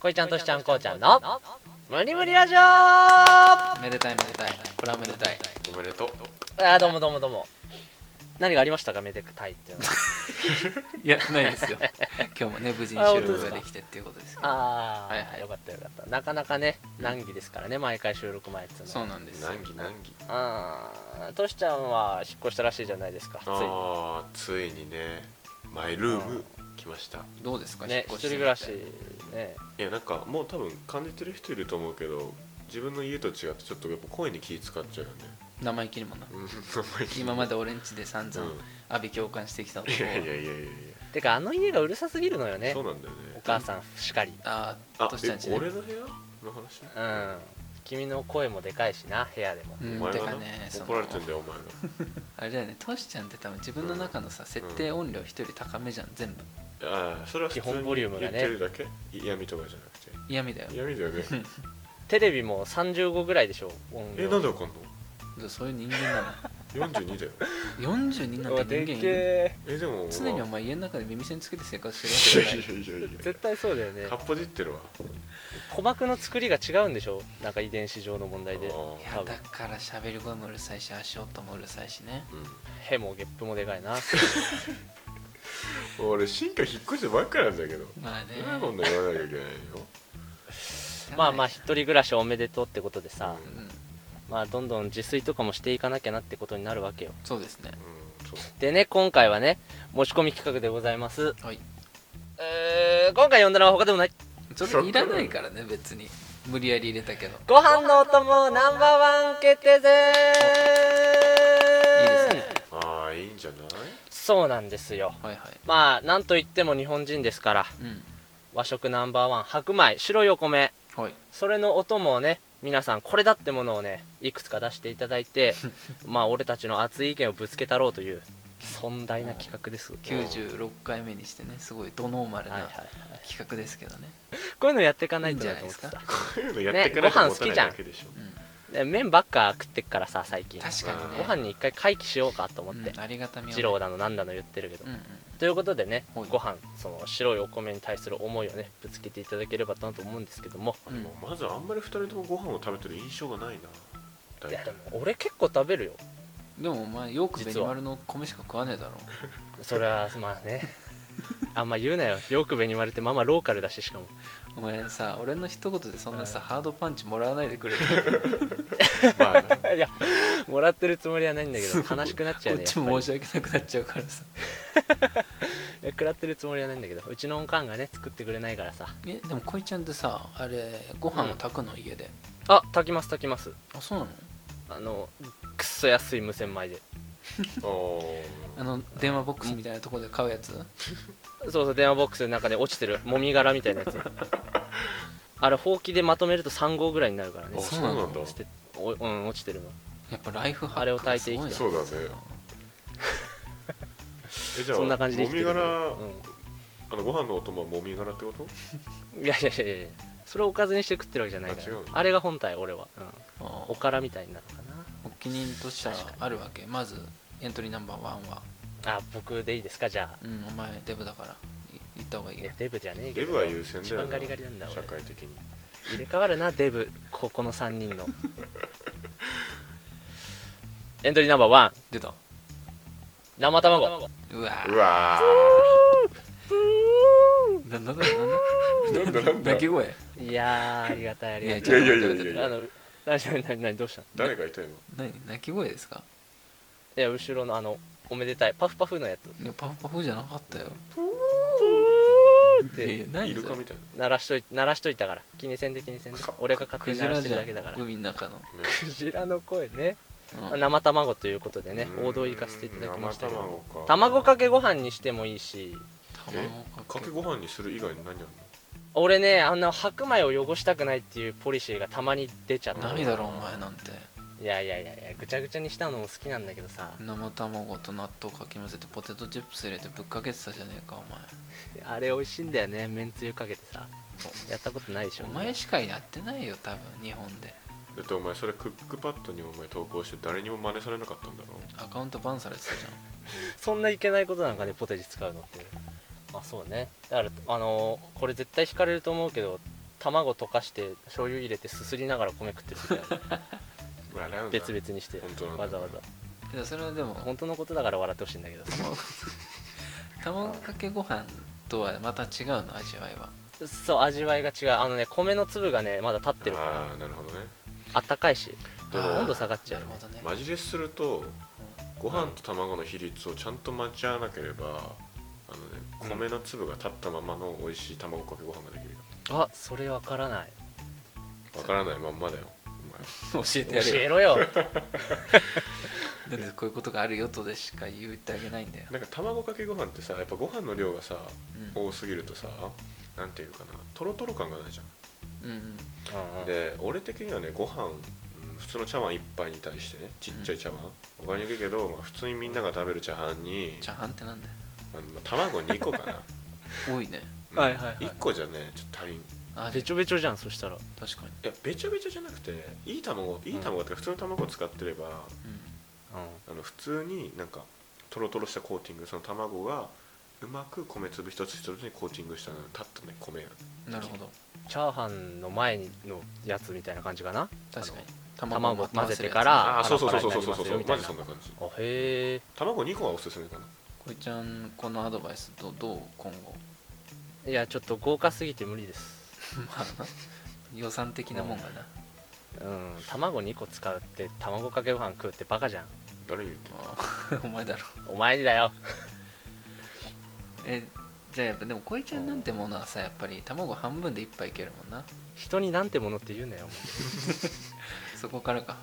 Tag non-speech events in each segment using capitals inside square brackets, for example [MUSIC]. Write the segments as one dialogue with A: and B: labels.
A: こいちゃんとしちゃんこうちゃんの無理無理ラジオあ
B: めでたいめでたいこれはめでたい
C: おめでとう
A: ーどうもどうもどうも何がありましたかめでたいって
B: [LAUGHS]
A: いうのは
B: いやないですよ [LAUGHS] 今日もね無事に
A: あ
B: 収
A: 本当で
B: 録
A: すか
B: ができてっていうことですけど
A: ああ、
B: はいはい
A: よかったよかったなかなかね難儀ですからね、毎回収録前っていうのは
B: そうなんですよ
C: 難儀難儀
A: あーとしちゃんは引っ越したらしいじゃないですかついに
C: ああついにねマイルーム来ました
B: どうですか
A: ね
B: 引
A: 一
B: っ
A: 人
B: 越してみ
A: 暮
B: て
A: らしね
C: いやなんかもう多分感じてる人いると思うけど自分の家と違ってちょっとやっぱ声に気使っちゃうよね
B: 生意気にもな
C: [LAUGHS] うん
B: 今まで俺んちで散々
C: うん
B: 阿ビ共感してきたの
C: いやいやいやいやい
A: てかあの家がうるさすぎるのよ
C: や
A: ね
C: そうなんだよね
A: お母さんしかり
B: ああ
C: あ
B: としちゃんち
C: え
B: ね
C: 俺の部屋の話
A: うん君の声もでかいしな部屋でも、
B: う
C: お
B: ん
C: 前
B: て
C: が
B: か
C: な
B: ねそ
C: 怒ら
B: の
C: れてんだよお
B: [LAUGHS]
C: 前が
B: あれだよねトシちゃんって多分自分の中のさ設定音量一人高めじゃん全部
C: ああそれは普通
A: 基本ボ
C: に
A: リュー
C: 言っ
A: ム
C: て
A: がね
C: るだけ嫌味とかじゃなくて
B: 嫌味だよ
C: 嫌味だよね
A: テレビも35ぐらいでしょ音量
C: えなんでわかんの
B: そういう人間
C: [LAUGHS]
B: なの
C: 42だよ
B: 42
A: うわ
B: なんて
A: でっ
B: 人間いる
A: け
C: えでも
B: 常にお
C: ま
B: 前家の中で耳栓つけて生活
C: あ
B: してるわけじゃない
C: [LAUGHS] いやいやい
A: え
C: や
A: 絶対そうだよね
C: かっぽじってるわ
A: 鼓膜の作りが違うんでしょなんか遺伝子上の問題で
C: あー
B: い
C: [LAUGHS]
A: 多
B: や
A: 分
B: だから喋り声もうるさいし足音もうるさいしね
A: ヘもゲップもでか [LAUGHS] いな
C: うん俺新居引っ越してばっかなんだけど
B: まあね
C: なんでこんな言わなきゃいけないよ
A: まあまあ一人暮らしおめでとうってことでさ、
C: う
B: うん
A: まあどんどん自炊とかもしていかなきゃなってことになるわけよ
B: そうですね
C: うんそう
A: でね今回はね持ち込み企画でございます
B: はい
A: えー今回呼んだのは他でもない
B: それいらないからね別に無理やり入れたけど
A: ご飯のお供ナンバーワン決定戦
B: いいですね
C: ああいいんじゃない
A: そうなんですよ
B: はいはい
A: まあなんといっても日本人ですから
B: うん
A: 和食ナンバーワン白米白いお米
B: はい
A: それのお供をね皆さんこれだってものをねいくつか出していただいて [LAUGHS] まあ俺たちの熱い意見をぶつけたろうという尊大な企画です
B: 96回目にしてねすごいドノーマル
A: はいは
B: ない
A: はい
B: 企画ですけどね
A: こういうのやっていかないとなと思って
B: いいんじゃない
A: さ
C: こういうのやってくれ
A: ねご飯好
C: 持た
A: き
C: ない
A: じゃん
C: だけでしょ
B: うん
A: で麺ばっか食ってっからさ最近
B: 確かに
A: ご
B: ね
A: 飯に一回回帰しようかと思って
B: うんありがたみをね
A: 二郎だのなんだの言ってるけど
B: うんうん
A: ということでね
B: はい
A: ご飯その白いお米に対する思いをねぶつけていただければなと思うんですけども
C: あでもまずあんまり二人ともご飯を食べてる印象がないな大
A: いやで
C: 体
A: も俺結構食べるよ
B: でもお前よくベ
A: 実
B: ニ
A: は
B: マルの米しか食わねえだろ
A: それはまあねあんま言うなよよく紅丸ってまあまあローカルだししかも
B: お前さ俺の一言でそんなさハードパンチもらわないでくれる
C: まあね
A: いやもらってるつもりはないんだけど悲しくなっちゃ
B: こ
A: う
B: っ
A: ね
B: ちも申し訳なくなっちゃうからさ
A: いや食らってるつもりはないんだけどうちのおかんがね作ってくれないからさ
B: えでもこいちゃんってさあれご飯を炊くの家で、
A: あ炊きます炊きます
B: あそうなの
A: あのくっそ安い無洗米で
C: お
B: あの電話ボックスみたいなところで買うやつ
A: そうそう電話ボックスの中で落ちてるもみ殻みたいなや
C: [LAUGHS]
A: つあれほうきでまとめると3号ぐらいになるからね
C: あそうなんだ
A: 落ちておうん落ちてるの
B: やっぱライフハ
A: あれ
B: ッ
A: を
B: クが
A: 炊いてい
B: すごい
A: き
B: な
C: そうだねえじゃあ
A: そんな感じで生
C: も
A: きて
C: み
A: る
C: 殻
A: う
C: あのご飯のお供はもみ殻ってこと
A: ん、いやいやいやいやそれをおかずにして食ってるわけじゃないから
C: あ違うの
A: あれが本体俺は、うん
B: あ
A: おからみたいになるのか
B: お気に入りとしてはあるわけまずエントリーナンバーワンは
A: なあ僕でいいですかじゃあ
B: うんお前デブだからい行った方がいい
A: い
B: よ
A: やデブじゃねえけ
C: デ
A: ど
C: ブは優先だよ
A: 一番ガリガリなんだ
C: な社
A: 俺
C: 会的に
A: 入れ替わるなデブここの3人の [LAUGHS] エントリーナンバーワン
B: 出た
A: 生卵
B: うわ
C: うわ
B: ーななんだなんだ
C: ーなんだなんだ
B: 泣き声
A: いやーありがたいありが
B: い
A: た
C: や
A: い
C: いやいやいやい
A: あ
C: や
A: の何何何何どうしたの
C: 誰がいたよ
B: 何泣き声ですか
A: いや後ろのあのおめでたいパフパフのやつ
B: いやパフパフじゃなかったよ
A: っ
B: いやい
A: て
B: や何
C: イル
B: そ
C: カみ
B: れ
C: たいな
A: 鳴らしとい鳴らしといたから気にせんで気にせんで
C: か
A: 俺が勝手
B: ク
A: に
B: ジ
A: 鳴ら
B: ラ
A: して
B: じ
A: る
B: ゃ
A: だけだから
B: ん海の中の、
C: ね
A: クジラの声ね
B: うん
A: 生卵ということでね
C: うん
A: 王道行かせていただきましたけど
C: 生卵か
A: 卵かけご飯にしてもいいし
B: 卵
C: か
B: か
C: け
B: け
C: ご飯にする以外に何ある
A: 俺ねあの白米を汚したくないっていうポリシーがたまに出ちゃった
B: 何だろうお前なんて
A: いやいやいやいやぐちゃぐちゃにしたのも好きなんだけどさ
B: 生卵と納豆かき混ぜてポテトチップス入れてぶっかけてたじゃねえかお
A: あれ美味しいんだよねめんつゆかけてさやったことないでしょ
B: 前お前しかやってないよ多分日本で
C: のだってお前それクックパッドにお前投稿して誰にも真似されなかったんだろ
B: アカウントバンされてたじ
A: そんないけないことなんかねポテチ使うのってまあそうねだからあのーこれ絶対引かれると思うけど卵溶かして醤油入れてすすりながら米食ってるみたいな [LAUGHS]
C: 笑うな
A: 別々にして
C: 本当なんだ
A: わざわざ
B: でもそれはでも
A: 本当のことだから笑ってほしいんだけど
B: 卵かけご飯とはまた違うの味わいは
A: そう味わいが違うあのね米の粒がねまだ立ってるから
C: ああなるほどね
A: あったかいし
C: でも
A: 温度下がっちゃう
B: なるほどね、
C: マジでするとご飯と卵の比率をちゃんと待ち合わなければあの、ね、
A: うん
C: 米の粒が立ったままの美味しい卵かけご飯ができるよ
A: あそれわからない
C: わからないまんまだよ
B: 教えて
A: 教
B: やれ
A: え
B: よ
A: ろ [LAUGHS] よ
B: だってこういうことがあるよとでしか言ってあげないんだよ
C: お、前なんか卵かけご飯ってさやっぱご飯の量がさ
B: うん
C: 多すぎるとさなんていうかなトロトロ感がないじゃ
B: うんうん、
A: うんうんん
C: で俺的にはねご飯うん普通の茶碗一杯に対してねちっちゃい茶碗わかりにくいけど、まあ、普通にみんなが食べる茶碗に
B: チャーハンってなんだよ
C: あのまあ卵2個か
A: [LAUGHS]
C: な、
B: 多いね
C: うん
A: はいはいはい
C: 1個じゃねちょっと足りん
B: あ
A: べちょべちょじゃんそしたら
B: 確かに、
C: いやべちゃべちゃじゃなくていい卵いい卵っていうか普通の卵を使ってれば、
B: う
C: あの普通になんかトロトロしたコーティングその卵がうまく米粒一つ一つにコーティングしたのに立ったね米が
B: ん、なるほど
A: チャーハンの前のやつみたいな感じかな
B: 確かに
A: 卵を混ぜてか
B: 混ぜるや
A: ら
C: ああそうそうそうそうそうそう
A: パラパラになりますよみ
C: マジそんな感じ
A: たいなあへえ
C: 卵2個はおすすめかな
B: つこいちゃんこのアドバイスとどう今後
A: いやちょっと豪華すぎて無理です
B: まあ予算的なもんがな、
A: うん卵2個使うって卵かけご飯食うってバカじゃん
C: 誰に言ってんの
B: ああ [LAUGHS] お前だろ
A: お前にだよ
B: えじゃあやっぱでもこいちゃんなんてものはさやっぱり卵半分で一杯いけるもんな
A: 人になんてものって言うなよ、
B: そこからか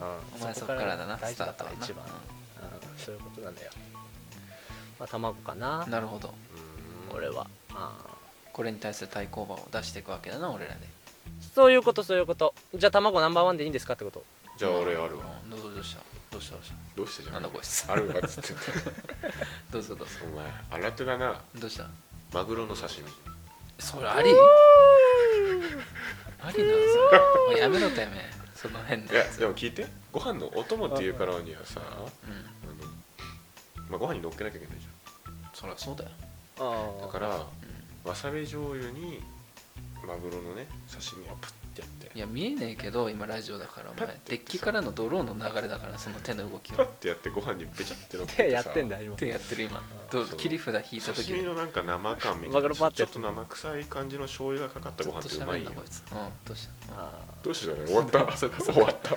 A: うん、
B: お前そこからだな
A: 大
B: ス
A: 事だ
B: ター
A: か
B: トは
A: ら
B: な
A: 一番、うん、そういうことなんだよまあ卵かな
B: うんなるほど
C: うーん
A: 俺はあー
B: これに対する対抗馬を出していくわけだな俺らで
A: そういうことそういうことじゃあ卵ナンバーワンでいいんですかってこと
C: じゃあ俺あるわ
B: うんどうぞどうしたどうしたどうし
C: どうしてじゃ
B: なんだこいつ
C: あるわっつってんだよ
B: たどうぞどうぞ
C: お前新手だな
B: どうした
C: マグロの刺身
B: それありありなの [LAUGHS] それもうやめろてめえその変ない
C: や
B: やつ
C: でも聞いてご飯のお供っていうからにはさあの、
B: うん
C: まあ、ご飯に乗っけなきゃいけないじ
B: そりゃそうだよ
A: あ
C: ゃん
A: あ
C: だから
B: うん
C: わさび醤油にマグロのね刺身をプッてやって
B: いや見えねえけど今ラジオだからお
C: パッ
B: 前
C: て
B: デッキからのドローンの流れだからその手の動き
C: パッ
B: を
C: てやってご飯にべちゃってのっけ
A: 手
C: さ
A: やってんだ今
B: 手やってる今どう
C: そう
B: 切り札引いた時
C: 刺身
B: に
C: のなんか生感みた
A: マグ
C: いな
A: ロ
C: ち
A: パ
C: ょ
A: ッて
C: っと生臭い感じの醤油がかかったご飯って
B: ず
C: う
B: っと
C: ま
B: 喋
C: い
B: ん
C: よ
B: なこいつうんどうした
A: あ
C: どうしてだよ終わっ
B: [LAUGHS]
C: た終わった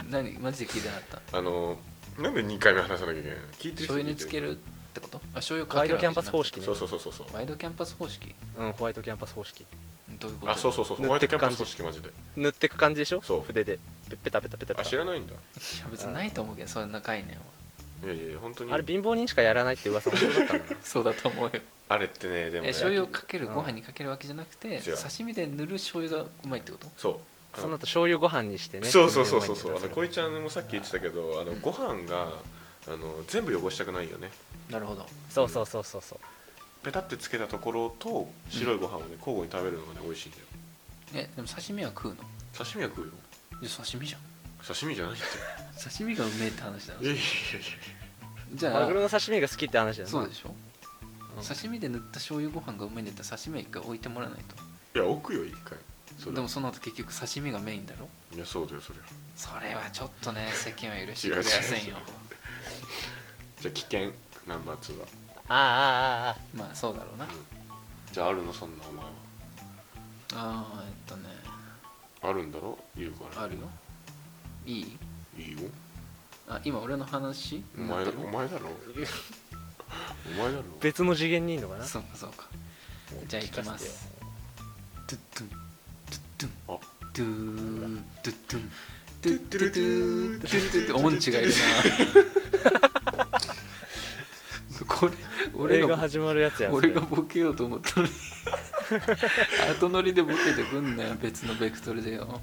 B: うん何マジで聞いてなかった
C: あのなんで2回目話さなきゃいけないの聞いてる人
B: 醤油につけ
C: 聞い
B: るっててことあ醤油
A: あワ
B: か
A: イ
B: け
A: ドキ
B: るわけ
A: ャンパス方式
C: る
A: ね
C: そうそうそうそうそう
B: ワイドキャンパス方式
A: うんホワイトキャンパス方式
B: どういうこと
C: あそうそうそうそうホ
A: 塗
C: ワ
A: っ
C: イト
A: て
C: キャ
A: く
C: ンパ
A: 感
C: ス
A: じ
C: 組織マジで
A: 塗ってく感じでしょ
C: そう
A: 筆でペペタペタペタペ
C: あ知
A: タ
C: らないんだ
B: いや別にないと思うけどそんな概念はい
C: やいや本当に
A: あれ貧乏人しかやらないって
C: [LAUGHS]
A: 噂もそうだったんだな
B: そうだと思うよ
C: あれってねでも
B: え
C: ね
B: 醤油をかける
A: うん
B: ご飯にかけるわけじゃなくて
C: 違う
B: 刺身で塗る醤油がうまいってこと
C: そうあ
A: その
C: の
A: 後醤油ご飯にしてね
C: そうそうそうそうそうあのこ
A: こ
C: いちゃんもさっき言ってたけどあの
B: うん
C: ご飯があの全部汚したくないよね
B: なるほど
A: そうそうそうそうそう
C: ペタってつけたところと白いご飯をね交互に食べるのがね美味しいんだよ
B: えでも刺身は食うのい
C: 刺身は食うよ
B: や刺身じゃん
C: 刺身じゃないって
B: 刺身がうめえって話だろ
C: いやいやいやいや
B: じゃ
A: マグロ
B: あ
A: の刺身が好きって話だよな
B: そうでしょ
A: うん
B: 刺身で塗った醤油ご飯がうめえんだったら刺身は一回置いてもらわない
C: いや置くよ一回
B: と
C: そ
B: で
C: れ
B: もその後結局刺身がメインだろ
C: いやそうだよそれ
B: それはちょっとね世間は許してくれ
C: 違う違う
B: やせんよ
C: じゃあ危険ナンバー2は
A: あああああ
B: まあそうだろうな
C: じゃああるのそんなお前は
B: あーえっとね
C: あるんだろ言うから
B: あるよいい
C: いいよ
B: あ今俺の話
C: お
B: になっ
C: 前
B: て
C: だ
B: る
C: お前だろお前だろ
A: あ別の次元にいいのかな
B: そうかそうかじゃあ行きますドゥッドゥン
C: あ
B: ドゥンドゥッドゥンドゥッドゥルドゥドゥッドゥって音痴がいるなこれ俺
A: 俺が
B: が
A: 始まるやつやんそれ
B: 俺がボケようと思った
A: [LAUGHS]
B: のに後乗りでボケてくんなよ別のベクトルでよ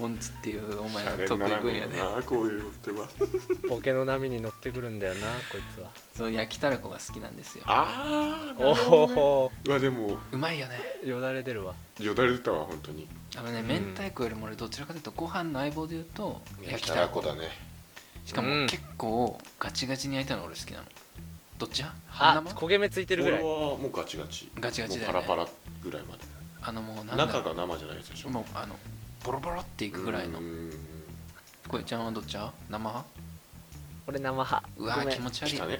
B: 音痴っていうお前の得意分野で
C: あこういう言葉
A: ボケの波に乗ってくるんだよなこいつは
B: その焼きたらこが好きなんですよ
C: ああ
A: おお
C: うわでも
B: うまいよね
A: よだれ出るわ
C: よだれ出たわ本当に
B: あのね明太子よりも俺どちらかというとご飯の相棒で言うと焼きた
C: ら
B: ら
C: こ
B: こ
C: だね
B: しかも
A: うん
B: 結構ガチガチに焼いたの俺好きなのどっち派半
A: あ
B: 生
A: 焦げ目ついてるぐ
C: 俺
A: ら
C: はいもうガチガチ
B: ガチガチだよ
C: も
B: ね
C: うパラパラぐらいまで
B: あのもうなんだろ
C: 中が生じゃないやつでしょ
B: うもうあのボロボロっていくぐらいの
C: うん
B: これちゃんはどっちゃ生派
A: 俺生派
B: うわ
A: ごめ
B: ー
A: ん
B: 気持ち悪い
C: 来たね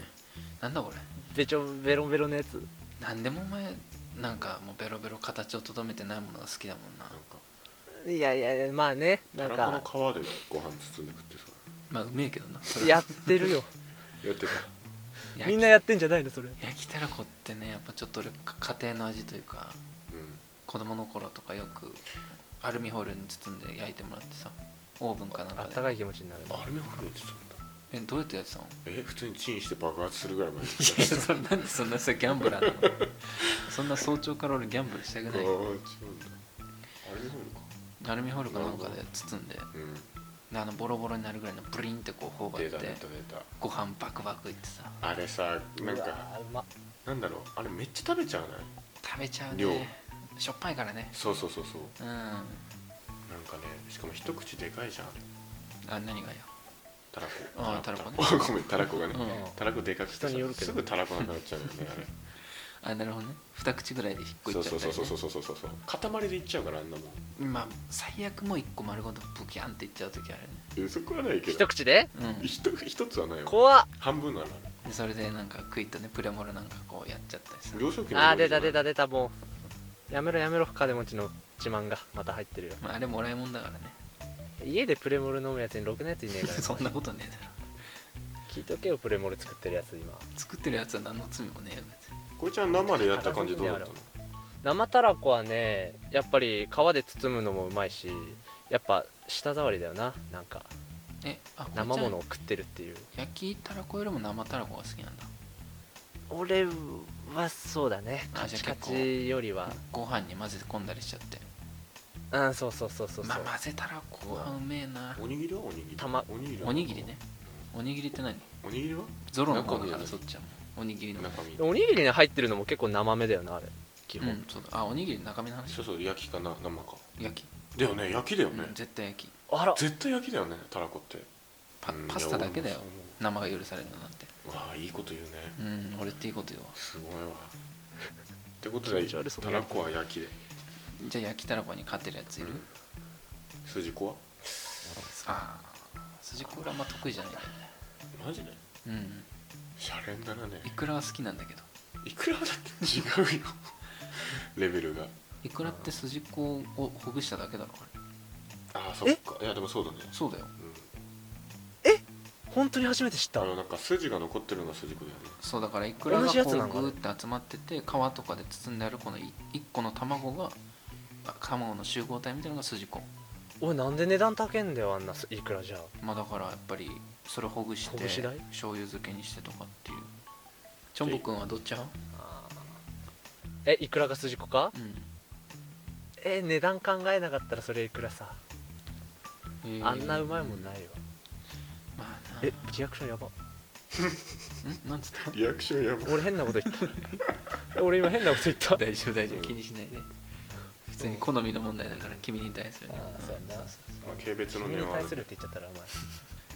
B: なんだこれ
A: べちょベロベロのやつ
B: なんでもお前なんかもうベロベロ形をとどめてないものが好きだもんな
C: なんか
A: いやいやいやまあねな
C: た
A: ん
C: ら
A: か
C: この皮でご飯包んで食ってさ
B: まあうめえけどなそれ
A: やってるよ
C: やってた
B: 焼き
A: みんなやってんじゃ [LAUGHS] ないのそれ
B: 焼きたらこってねやっぱちょっと俺か家庭の味というか
C: うん
B: 子供の頃とかよくアルミホイルに包んで焼いてもらってさオーブンかなん
A: あ
B: か
A: っ
B: で
A: たかい気持ちになる
C: アルミホイルって言ってたんだ
B: えどうやってやってたの [LAUGHS]
C: え普通にチンして爆発するぐらいまで
B: いやそれなんでそんなさギャンブラーなのそんな早朝から俺ギャンブルしたく
C: ああ
B: な
C: 違
B: い
C: うんだアルミホイルか
B: アルミホイルかなんかで包んで
C: うん
B: であのボロボロになるぐらいのブリンってこう頬張
C: 出
B: って
C: た出た出た
B: ご飯バクバクいってさ
C: あれさな
A: う
C: んか
A: わうま
C: なんだろうあれめっちゃ食べちゃわない
B: 食べちゃう
C: 量
B: ねしょっぱいからね
C: そうそうそうそう
B: うんあ
C: なんかねしかも一口でかいじゃんあれ
B: 何がよ
C: たらこ
B: あーたらこね
C: [LAUGHS] ごめんたらこがね、
B: うん
C: たらこでかくて
A: 人
C: さ
A: によるけど
C: すぐたらこなくなっちゃうよね
B: [LAUGHS]
C: あれ
B: あなるほどね二口ぐらいで引っこい
C: そ
B: っ
C: う
B: ちゃ
C: そ
B: った
C: うそ
B: り
C: う
B: ね
C: そうそうそうそう塊でいっちゃうからあんなもん
B: まあ最悪もう一個丸ごとブキャンっていっちゃう時あるね
C: えそこはないけ
A: 一
C: ど
A: 口で
B: うん
C: 一一つはないよ
A: 怖っ
C: 半分ならある
B: でそれでなんかクイッとねプレモルなんかこうやっちゃったりさ
C: 幼少期の
A: あー出た出
C: た
A: た出たもうやめろやめろ金持ちの自慢がまた入ってるよ
B: まああれもらいもんだからね
A: 家でプレモル飲むやつにろくなやついねえ [LAUGHS] から
B: そんなことねえだろ
A: 聞いとけよプレモル作ってるやつ今
B: 作ってるやつは何の罪もねえよ別に
C: こいちゃん生でやった感じどうだったの
A: 生たらこはねやっぱり皮で包むのもうまいしやっぱ舌触りだよななんか
B: えあ
A: 生もの
B: こ
A: を食ってるっていう
B: っちは焼きたらこよりも生たらこが好きなんだ
A: 俺はそうだね
B: あ
A: カ
B: じゃあ
A: チカチよりは
B: ご飯に混ぜ込んだりしちゃって
A: うんそうそうそうそうそう、
B: まあ混ぜたらこはうめえな
C: おにぎりはおにぎり
A: たま
C: おにぎりは
B: おにぎりねおにぎりって何
C: おにぎりは
B: ゾロの方だか
C: 中身は
B: ら
C: ね
B: そっちはもうおにぎりの方
C: 中身
A: おにぎりに入ってるのも結構生めだよなあれ基
B: う
A: 本、
B: んそうだあおにぎりの中身の話
C: そうそう焼きかな生か
B: 焼き
C: だよね焼きだよね
B: うん絶対焼き
A: あら
C: 絶対焼きだよねたらこって
B: パ
C: うん
B: パスタだけだよ
C: いや
B: 生が許されるのなんて
C: 俺もそう思うわあいいこと言うね
B: うん俺っていいことよ
C: すごいわってことで
A: 気持ち悪いその
C: たらこは焼きで
B: じゃあ焼きたらこに勝てるやついる、
C: 筋子は
B: ああ筋子があんま得意じゃないんだよね
C: マジで
B: うん
C: シャレにならね
B: いくらは好きなんだけど
C: いくらだって違うよレベルが
B: いくらって筋子をほぐしただけだろあれ
C: ああそっかいやでもそうだね
B: そうだよ
C: うん
A: 本当に初めて知った
C: あのなんか筋が残ってるのが筋子だよね
B: そうだからいくらが
A: 同
B: こ
A: じやつな
B: うんグ
A: だ
B: ーって集まってて皮とかで包んであるこの1個の卵があ卵の集合体みたいなのが筋子
A: おいなんで値段高けんだよあんなすいくらじゃ
B: まあだからやっぱりそれほぐし
A: ほ
B: て
A: ぐし
B: 醤
A: だい
B: 油漬けにしてとかっていうチョンボくんはどっち派
A: あえいくらが筋子か
B: うん
A: え値段考えなかったらそれいくらさ
B: えー
A: あんなうまいもんないよ
B: まあな
A: えリアクションやば
B: んなんつった
C: リアクションやば
A: 俺変なこと言った [LAUGHS] 俺今変なこと言った
B: 大丈夫大丈夫気にしないで普通に好みの問題だから君に対するね
A: あーそうやな
C: まあ軽蔑の
A: 君
C: 念
A: に
C: はあ
A: 対
C: る
A: するって言っちゃったらお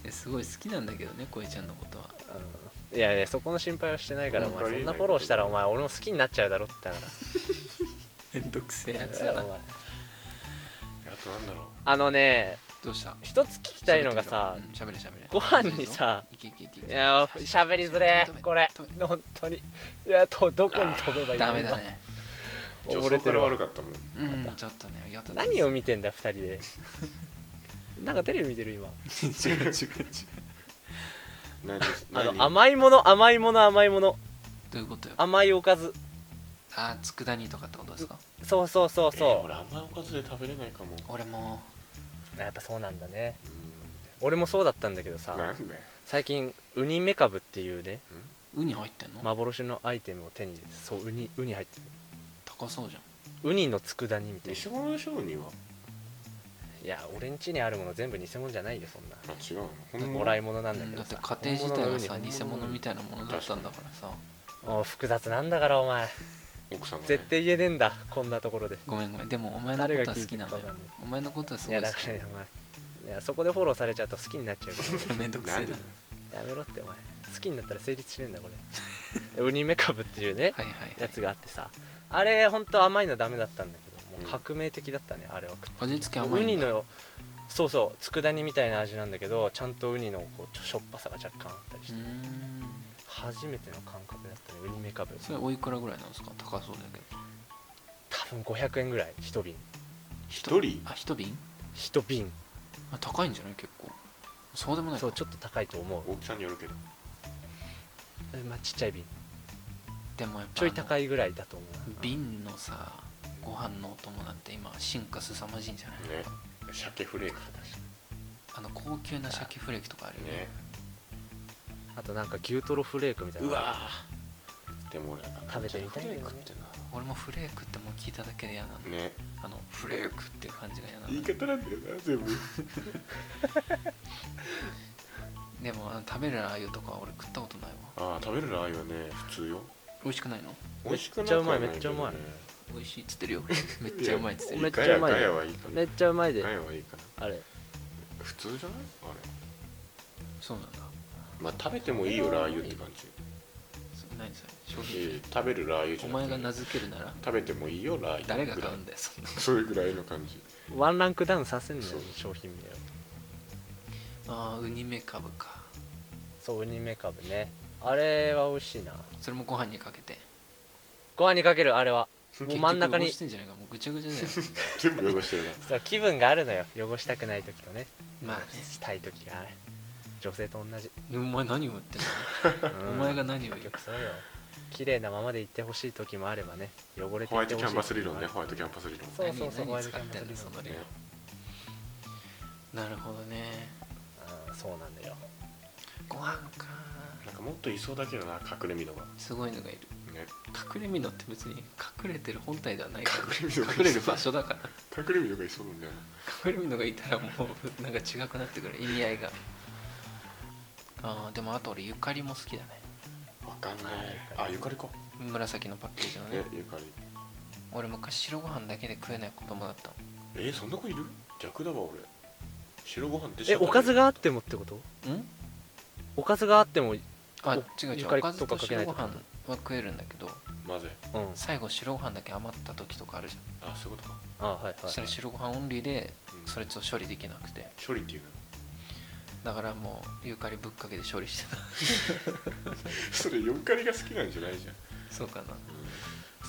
B: えすごい好きなんだけどね恋ちゃんのことは
A: 前、いやいやそこの心配はしてないからお前
C: わ
A: そ
C: かりえ
A: ん
C: ない
A: なフォローしたらお前俺も好きになっちゃうだろってだから
B: めんどくせえやつ
A: いや
B: だな
A: お前
C: あとなんだろう
A: あのね
B: どうした
A: 一つ聞きたいのがさ
B: しゃべれしゃべれ
A: ご飯にさ
B: いけいけいけ
A: いや喋りづれこれ本当にいやとどこに飛べばいいの
B: ダメだね
C: 女
A: 溺れて
C: 装か
A: る
C: ら
A: わ
C: 悪かったもん
B: うんちょっとねやった
A: 何を見てんだ二人でなんかテレビ見てる今
B: [LAUGHS] 違う違う違う
A: あ
C: 何何
A: の甘いもの甘いもの甘いもの
B: どういうことよあ
A: 甘いおかず
B: あ佃煮とかってことですか
A: そうそうそう
C: えー
A: そ
C: 俺あんまりおかずで食べれないかも
B: 俺も
A: うやっぱそうなんだね
C: う
A: 俺もそうだったんだけど
C: ん
A: さ
C: なんだよ
A: 最近ウニメカブっていうね
B: ウニ入ってんの、
A: 幻のアイテムを手に入れてそうウニウニ入って
B: 高そうじゃん
A: るウニの佃煮みたいな
C: 西物商人はい
A: や俺ん家にあるもの全部偽物じゃないよそんな
C: あ違うのほんま
A: もらい物なんだ
B: うん
A: け
B: だ
A: ど
B: って
A: さ
B: 家庭自体がさ
A: 本物のウニ
B: 偽
A: 本
B: 物
A: 物のウニ
B: みたいなものだったんだからさ
A: おう複雑なんだからお前
C: 奥さんがね
A: 絶対言えねえんだこんなところで
B: ごめんごめんでもお前のこ
A: 誰
B: と
A: が
B: は好
A: 聞い
B: き
A: て
B: な
A: るか
B: の
A: わ
B: よ
A: かんない
B: お前のことはす
A: い
B: ごい
A: や
B: 好
A: だ
B: き
A: からねお前いやそこでフォローされちゃうと好きになっちゃうか
B: めんどく
C: な
B: せえ
C: んで
B: な
C: だ
A: ら
C: よ
A: やめろってお前好きになったら成立しねえんだこ [LAUGHS] れウニメカブっていうね
B: はいはいは
A: や
B: い
A: つがあってさあれほんと甘いのダメだったんだけどもう革命的だったねあれは食っ
B: 味付
A: て
B: け甘
A: ウ
B: い
A: ニ
B: んだ
A: のそうそう佃煮みたいな味なんだけどちゃんとウニのこうしょっぱさが若干あったりし
B: う
A: て、
B: ーん
A: 初めての感覚だったねウニメカブ
B: それおいくらぐらいなんですか高そうだけど
A: 多分500円ぐらい一瓶
C: 一人
B: あ一瓶
A: 一瓶
B: あ高いんじゃない結構そうでもない
A: そ
B: か
A: うちょっと高いと思う
C: 大きさによるけど
A: えまあ、ちっちゃい瓶
B: でもやっぱ
A: ちょい高
B: い
A: いぐらいだと思う
B: 瓶のさご飯のお供なんて今進化凄まじいんじゃない
C: ね鮭フレーク
B: あの高級な鮭フレークとかあるよね
C: ね
A: あとなんか牛トロフレークみたいな
C: うわーでも俺
A: 食べてみたいけどね
C: フレークって
B: 俺もフレークってもう聞いただけで嫌なの
C: なね
B: あのフレークっていう感じが嫌な
C: 言い
B: の
C: 方なんだよな全部
B: でもあの食べるラー油とか俺食ったことないわ
C: ああ食べるラー油はね普通よ
B: 美味しくないの
C: 美味しくな
A: めっちゃうまいめっ
B: 美味しいっ
A: [LAUGHS]
B: つってるよめっちゃうまいっつってる
A: め
C: め
A: っ
C: っ
A: ち
C: ち
A: ゃ
C: ゃ
A: う
C: う
A: ま
C: ま
A: い
C: い
A: よ
C: ガヤはいいか
A: め
C: な
A: っちゃうまいで
C: ガヤはいいかな
A: あれ
C: 普通じゃないあれ
B: そうなんだ
C: まあ食べてもいいよラー油って感じ
B: そ何それ商品
C: えー食べるラー油じ
B: お
C: ゃ
B: 前が
C: な
B: 名
C: くて
B: 付けるなら
C: 食べてもいいよラー油
B: 誰が買うんだよそんな
C: そういうぐらいの感じ
A: ワンランクダウンさせんのよ
C: そう
A: 商品名を
B: あーウニメカブか
A: そうウニメカブねあれは美味しいな
B: それもご飯にかけて
A: ご飯にかけるあれはもう真ん中に
B: 結局汚してんじゃないかもうぐちゃぐち
A: [LAUGHS]
B: ゃだよ
C: 全部汚してるな
A: そう気分があるのよ汚したくない時とね
B: まあね
A: したい時がある女性と同じ、
B: お前何を言ってんの
A: うん
B: お前が何を言う
A: 結局そうよ綺麗なままで行ってほしい時もあればね汚れて
C: ホ
A: いっ
C: ワイ
A: てほし
C: トキ
A: い時
C: ャン
A: も
C: パ
A: あ
C: ス
A: る
C: 理論ねホワイトキャンパス理論
A: そうそうそう
B: 何何使ってん
A: ホワイトキャンパ
B: だ
A: ス理
B: その
A: 論
B: 理
C: ね
B: 論なるほどね
A: うんそうなんだよ
B: ご飯か
C: なんかもっといそうだけどな隠れ身のが
B: すごいのがいる
C: ね
B: 隠れ身のって別に隠れてる本体ではないから
C: 隠れ身の
B: 隠れる場所だから
C: 隠れ身のがいそうなんだよな
B: 隠れ身のがいたらもうなんか違くなってくる意味合いがあーでもあと俺ゆかりも好きだね
C: わかんないあゆかりか
B: 紫のパッケージのね
C: ねゆかり
B: 俺昔白ご飯だけで食えない子供だったの
C: えーそんな子いる逆だわ俺白ご飯って
A: えおかず
C: が
A: があってもってこと
B: うん
A: おかずがあってもうん
B: あ
A: お
B: 違う違
A: ゆ
B: う
A: か
B: お
A: り
B: かず
A: とか
B: と
A: かけな
B: 白
A: い
B: ご
A: と
B: 飯は食えるんだけど
C: 混ぜ
B: 最後白ご飯だけ余った時とかあるじゃ
C: あそういうことか
A: あはいはい
B: んそれ白ご飯オンリーで
C: うん
B: それちょっと処理できなくて
C: 処理っていうの
B: だからもうゆかりぶっかけで処理してた
C: [LAUGHS] それゆかりが好きなんじゃないじゃん
B: そうかな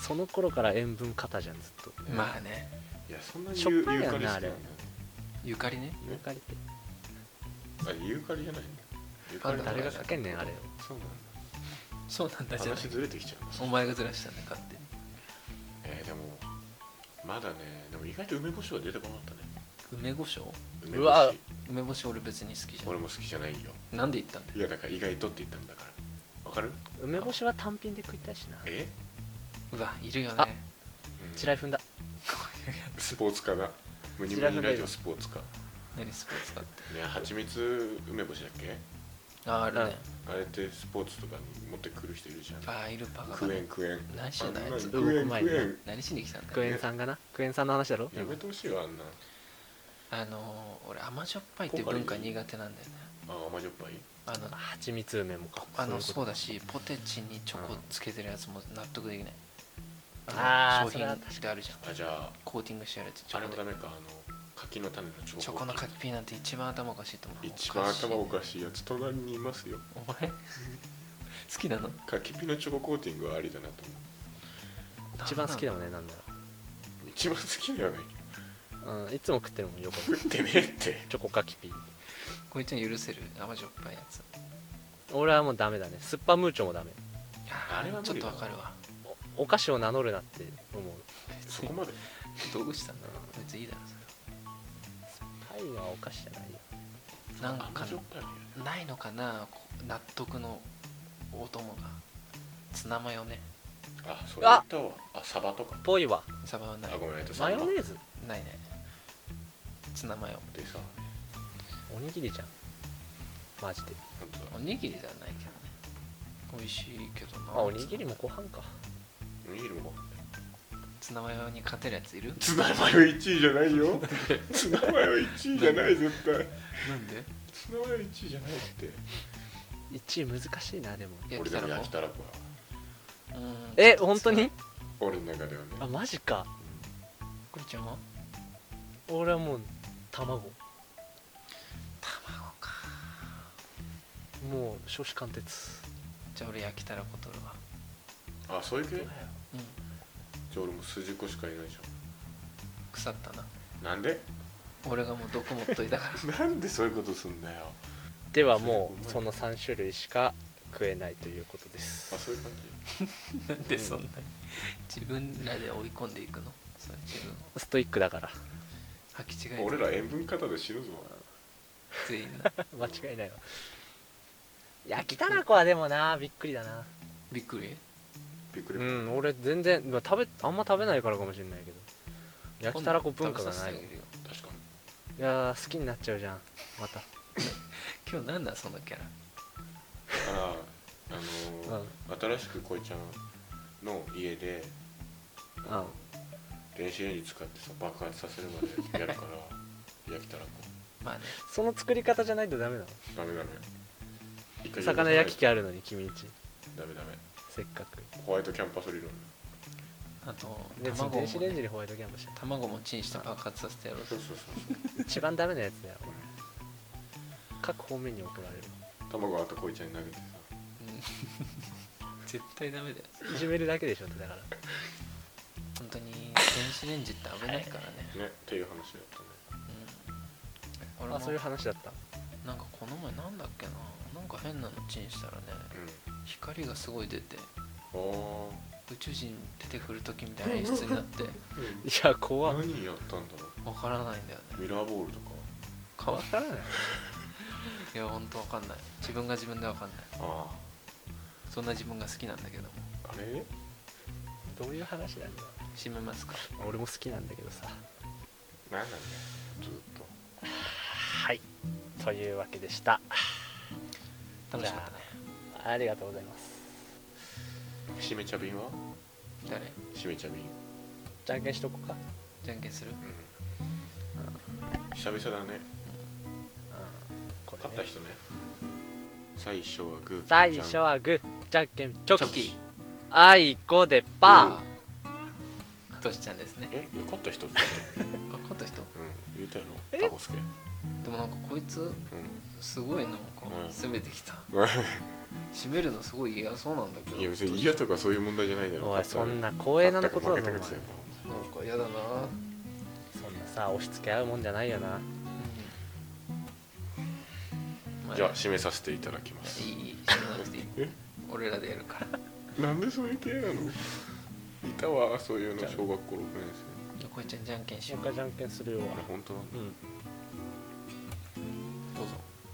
A: その頃から塩分過多じゃんずっと
B: まあね
C: いやそんなに
A: しょっ
C: ゆゆ
A: ぱいよな
C: かり好きなんだ
A: あれ
C: よ
B: ゆかりね
A: ゆかりって
C: あゆかりじゃないんだゆかりの
A: 誰が
C: そ
A: かけんねんあれを
C: うなんだ
B: そうなんだじゃない
C: 話ずれてきちゃうな
B: お前がずらしたんだ勝手に
C: えーでもまだねでも意外と梅干しは出てこなかったね
B: 梅胡椒
C: 梅
A: うわ
C: 干し
B: 梅干し俺別に好きじゃ
C: 俺も好きじゃないよ
B: んなんで言ったんだよ
C: いやだから意外とって言ったんだからわかる
A: 梅干しは単品で食いたいしな
C: え、
B: うわいるよ
A: あ
B: ね
C: うん
A: 地雷踏んだ
C: スポーツ科だムニムニラジオスポーツ科ね
B: 何スポーツだって
C: 蜂蜜梅干しだっけ
B: あある
A: うん
B: ね
C: あれってスポーツとかに持ってくる人いるじゃん
B: ああいるバカ
C: クエンクエン
B: 何してんだあいつ
C: クエ
A: う
C: ン
A: まい
C: ク
A: ね
C: エン
B: 何しに来たんだ
A: ク
B: よ
A: エンさんがなクエンさんの話だろ
C: やめてほしいわあんな
B: あのー俺甘じょっぱいっていう文化苦手なんだよね
C: あ甘じょっぱい
B: あの
A: 蜂蜜梅もか
B: あの
A: い
B: そうだしポテチにチョコつけてるやつも納得できない
A: あー
B: の商
A: それは
B: 品
A: 確
B: であるじゃん
C: あじゃ
B: コーティングしてあるやつチ
C: ああれ
B: ョ
C: も
B: コ
C: ダ
B: で
C: メかあの柿の種のチョコ
B: チョコのカキピーなんて一番頭おかしいと思う
C: 一番頭おか
B: い
C: しいやつ隣にいますよ
B: お前 [LAUGHS] 好きなの
C: 柿ピのチョココーティングはありだなと思
A: 一番好きだ
B: の
A: もんねなんだろ
C: う一番好きではない
A: うん、いつも食ってるもん横で
C: 食ってねえ
A: [LAUGHS]
C: って
A: チョコかきピー
B: こいつは許せる甘じょっぱいやつ
A: 俺はもうダメだねスッパムーチョもダメ
B: あ
C: あれは無理だな
B: ちょっとわかるわ
A: おお菓子を名乗るなって思う
C: そこまで
B: どうしたんだろう別にいいだろそ
A: パイはお菓子じゃないよ
B: れはなんか
C: 甘じょっぱいね
B: ないのかなこう納得のお供がツナマヨね
C: あそれ言ったわあサバとか
A: ぽいわ
B: サバはない
C: あごめんえっと
A: マ
C: サバ
A: ヨネーズ
B: ないねツナマヨ
C: でさ
A: おにぎりじゃんマジで
C: 本当だ
B: おにぎりではないけどね美味しいけどな
A: あおにぎりもご飯か
C: おにぎりも
B: ツナマヨに勝てるやついる
C: ツナマヨ1位じゃないよツナマヨ1位じゃない絶対
B: なんで
C: ツナマヨ1位じゃないって
A: 1位難しいなでも
B: 焼
C: 俺
B: き
C: で
B: た
C: も
B: ら
C: 焼
B: こ
C: きたらこ
B: う
C: は
B: ん
A: え本当に
C: 俺の中ではね
A: あマジか
B: こりちゃんは
A: 俺はもう卵
B: 卵か
A: もう少子貫徹
B: じゃあ俺焼きたらこ取るわ
C: あそういう系じゃ
B: うん
C: あ俺もう筋子しかいないじ
B: 腐ったな
C: ゃんなんで [LAUGHS]
B: 俺がもう毒持っといたから
C: なんでそういうことすんだよ
A: ではもうその3種類しか食えないということです
C: あそういう感
B: な
C: じ
B: ん [LAUGHS] でそんなに自分らで追い込んでいくのそれ自分を
A: ストイックだから
B: 履き違えて
C: 俺ら塩分過多で死ぬぞ
B: 全
A: [LAUGHS]
B: 員な
A: 間違いないわ焼きたらこはでもなびっくりだな
B: びっくり
C: びっく
A: う
C: り、
A: ん俺全然まあ食べあんま食べないからかもしれないけど焼きたらこ文化がない
B: 今度食べさせてあげるよ
C: 確かに
A: いやー好きになっちゃうじゃんまた
B: 今日なんだそのキャラ
C: あらあのー新しくこいちゃんの家で
A: あ
C: 電子レンジ使ってさ爆発させるまでやるから
A: [LAUGHS]
C: 焼きたらこ
B: まあね
A: その作り方じゃないとダメなの
C: ダメダメ一回
A: 魚焼き器
C: ダ
A: あるのに君んち
C: メダメ
A: せっかく
C: ホワイトキャンパス理論
B: あと
A: で
B: 卵も
A: 電子レンジにホワイトキャンプしちゃった
B: 卵もチンして爆発させてやろう
C: そうそうそう
A: 一番ダメなやつだよこれ各方面に怒られる
C: 卵あとこいちゃんに投げてさ
B: うん [LAUGHS] 絶対ダメだよ
A: いじめるだけでしょってだから
B: 本当に電子レンジって危ないからね、
C: ねっていう話だったね
B: うん、俺も
A: あそういう話だった
B: なんかこの前なんだっけななんか変なのチンしたらね光がすごい出て
C: うんあ
B: 宇宙人出てくる時みたいな演出に
A: [LAUGHS]
B: なって
A: いや
C: あ
A: 怖っ
C: 何やったんだろ
B: わからないんだよ
C: う
B: ね
C: ミラーボールとか
B: 変わ
A: わ
B: っ
A: からない
B: いやほんとわかんない自分が自分でわかんない
C: あ
B: そんな自分が好きなんだけども
C: ああれ
A: どういう話なんだよ
B: 閉めますか
A: 俺も好きなんだけどさ
C: 何なんだよずっと
A: はいというわけでした
B: 楽しかったね
A: ありがとうございます
C: しめ茶瓶は
B: 誰
C: しめ茶瓶
A: じゃんけんしとこうか
B: じゃんけんする
C: うん久々だね
A: これ
C: 勝
A: ね
C: った人ね最初はグー
A: 最初はグーじゃんけんチョ
B: チョ
A: キ
B: キ
A: あいこでパ
B: ートシちゃんですね
C: え勝った人って
B: あ勝った人
C: うん言うたや
A: え
C: ろタコスケ
B: でもなんかこいつ
C: う
B: すごいなんか
C: うん
B: 攻めてきた
C: ん
B: 閉めるのすごい嫌そうなんだけど
C: [LAUGHS] いや別に嫌とかそういう問題じゃないだ
A: ー
C: ろ
A: おいそんな光栄
C: 勝
A: な
C: った
A: こ
C: か
A: と
C: 負
A: だ
C: け
A: ぞお前
C: たかですよ
B: なんか嫌だな
A: そんなさ押し付け合うもんじゃないよな
B: ま
C: じゃあ締めさせていただきます
B: いいいい閉めなくていい
C: え
B: 俺らでやるから
C: なんでそういう系なのいたわそういうの小学校6年
B: 横井ちゃんじゃんけんし
A: も
B: よ
A: う一回
B: う
A: じゃんけんするよ
C: 生あれ本当なんだ
A: うん
B: どうぞ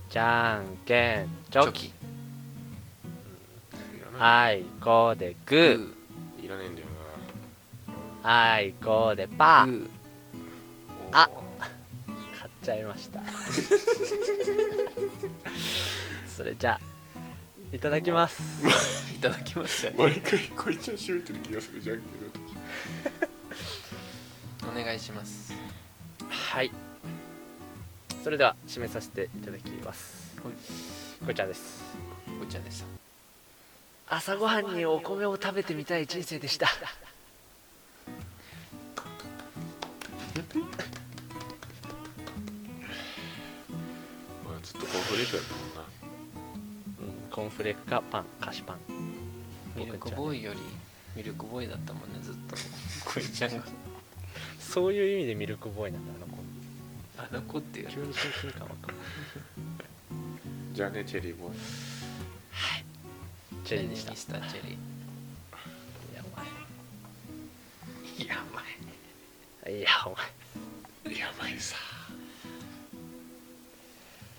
A: じゃんけんチョキ
C: いらな
A: あいこで
B: グ
A: グ
B: ー
C: いいらねえんだよ
A: ーあいこでパー
B: グー
C: な
A: あ買っちゃいました [LAUGHS] それじゃあいただきます
B: いただきま
C: [LAUGHS]
B: した
C: 毎回こいちゃん締めてる気がするじゃんけんだと
B: お願いします
A: はいそれでは締めさせていただきます
B: はい
A: こいちゃんです
B: 横井ちゃんでした
A: 朝ごはんにお米を食べてみたい人生でした
C: まあずっとコンフレートやったもんな
A: うんコーンフレークかパン菓子パン
B: ミルクボーイよりミルクボーイだったもんねずっと横井ちゃんが
A: そういう意味でミルクボーイなんだあの子
B: あの子っていう
A: 急に親近感わかる
C: じゃあねチェリーボーイ
A: チェリーでしたい
B: ミスターチェリ
A: や
B: ーいやお前
A: お前いやお前
C: やばいさ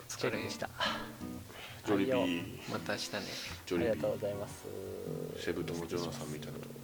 A: チェリーでした
C: ジョリビ
A: はい
C: ー
B: また明日ね
C: ジ
A: あ
C: ョ
A: り
C: リ
A: が
C: ビ
A: とう
C: ー
A: ございます
C: セブ島のジョナサンみたいなとこ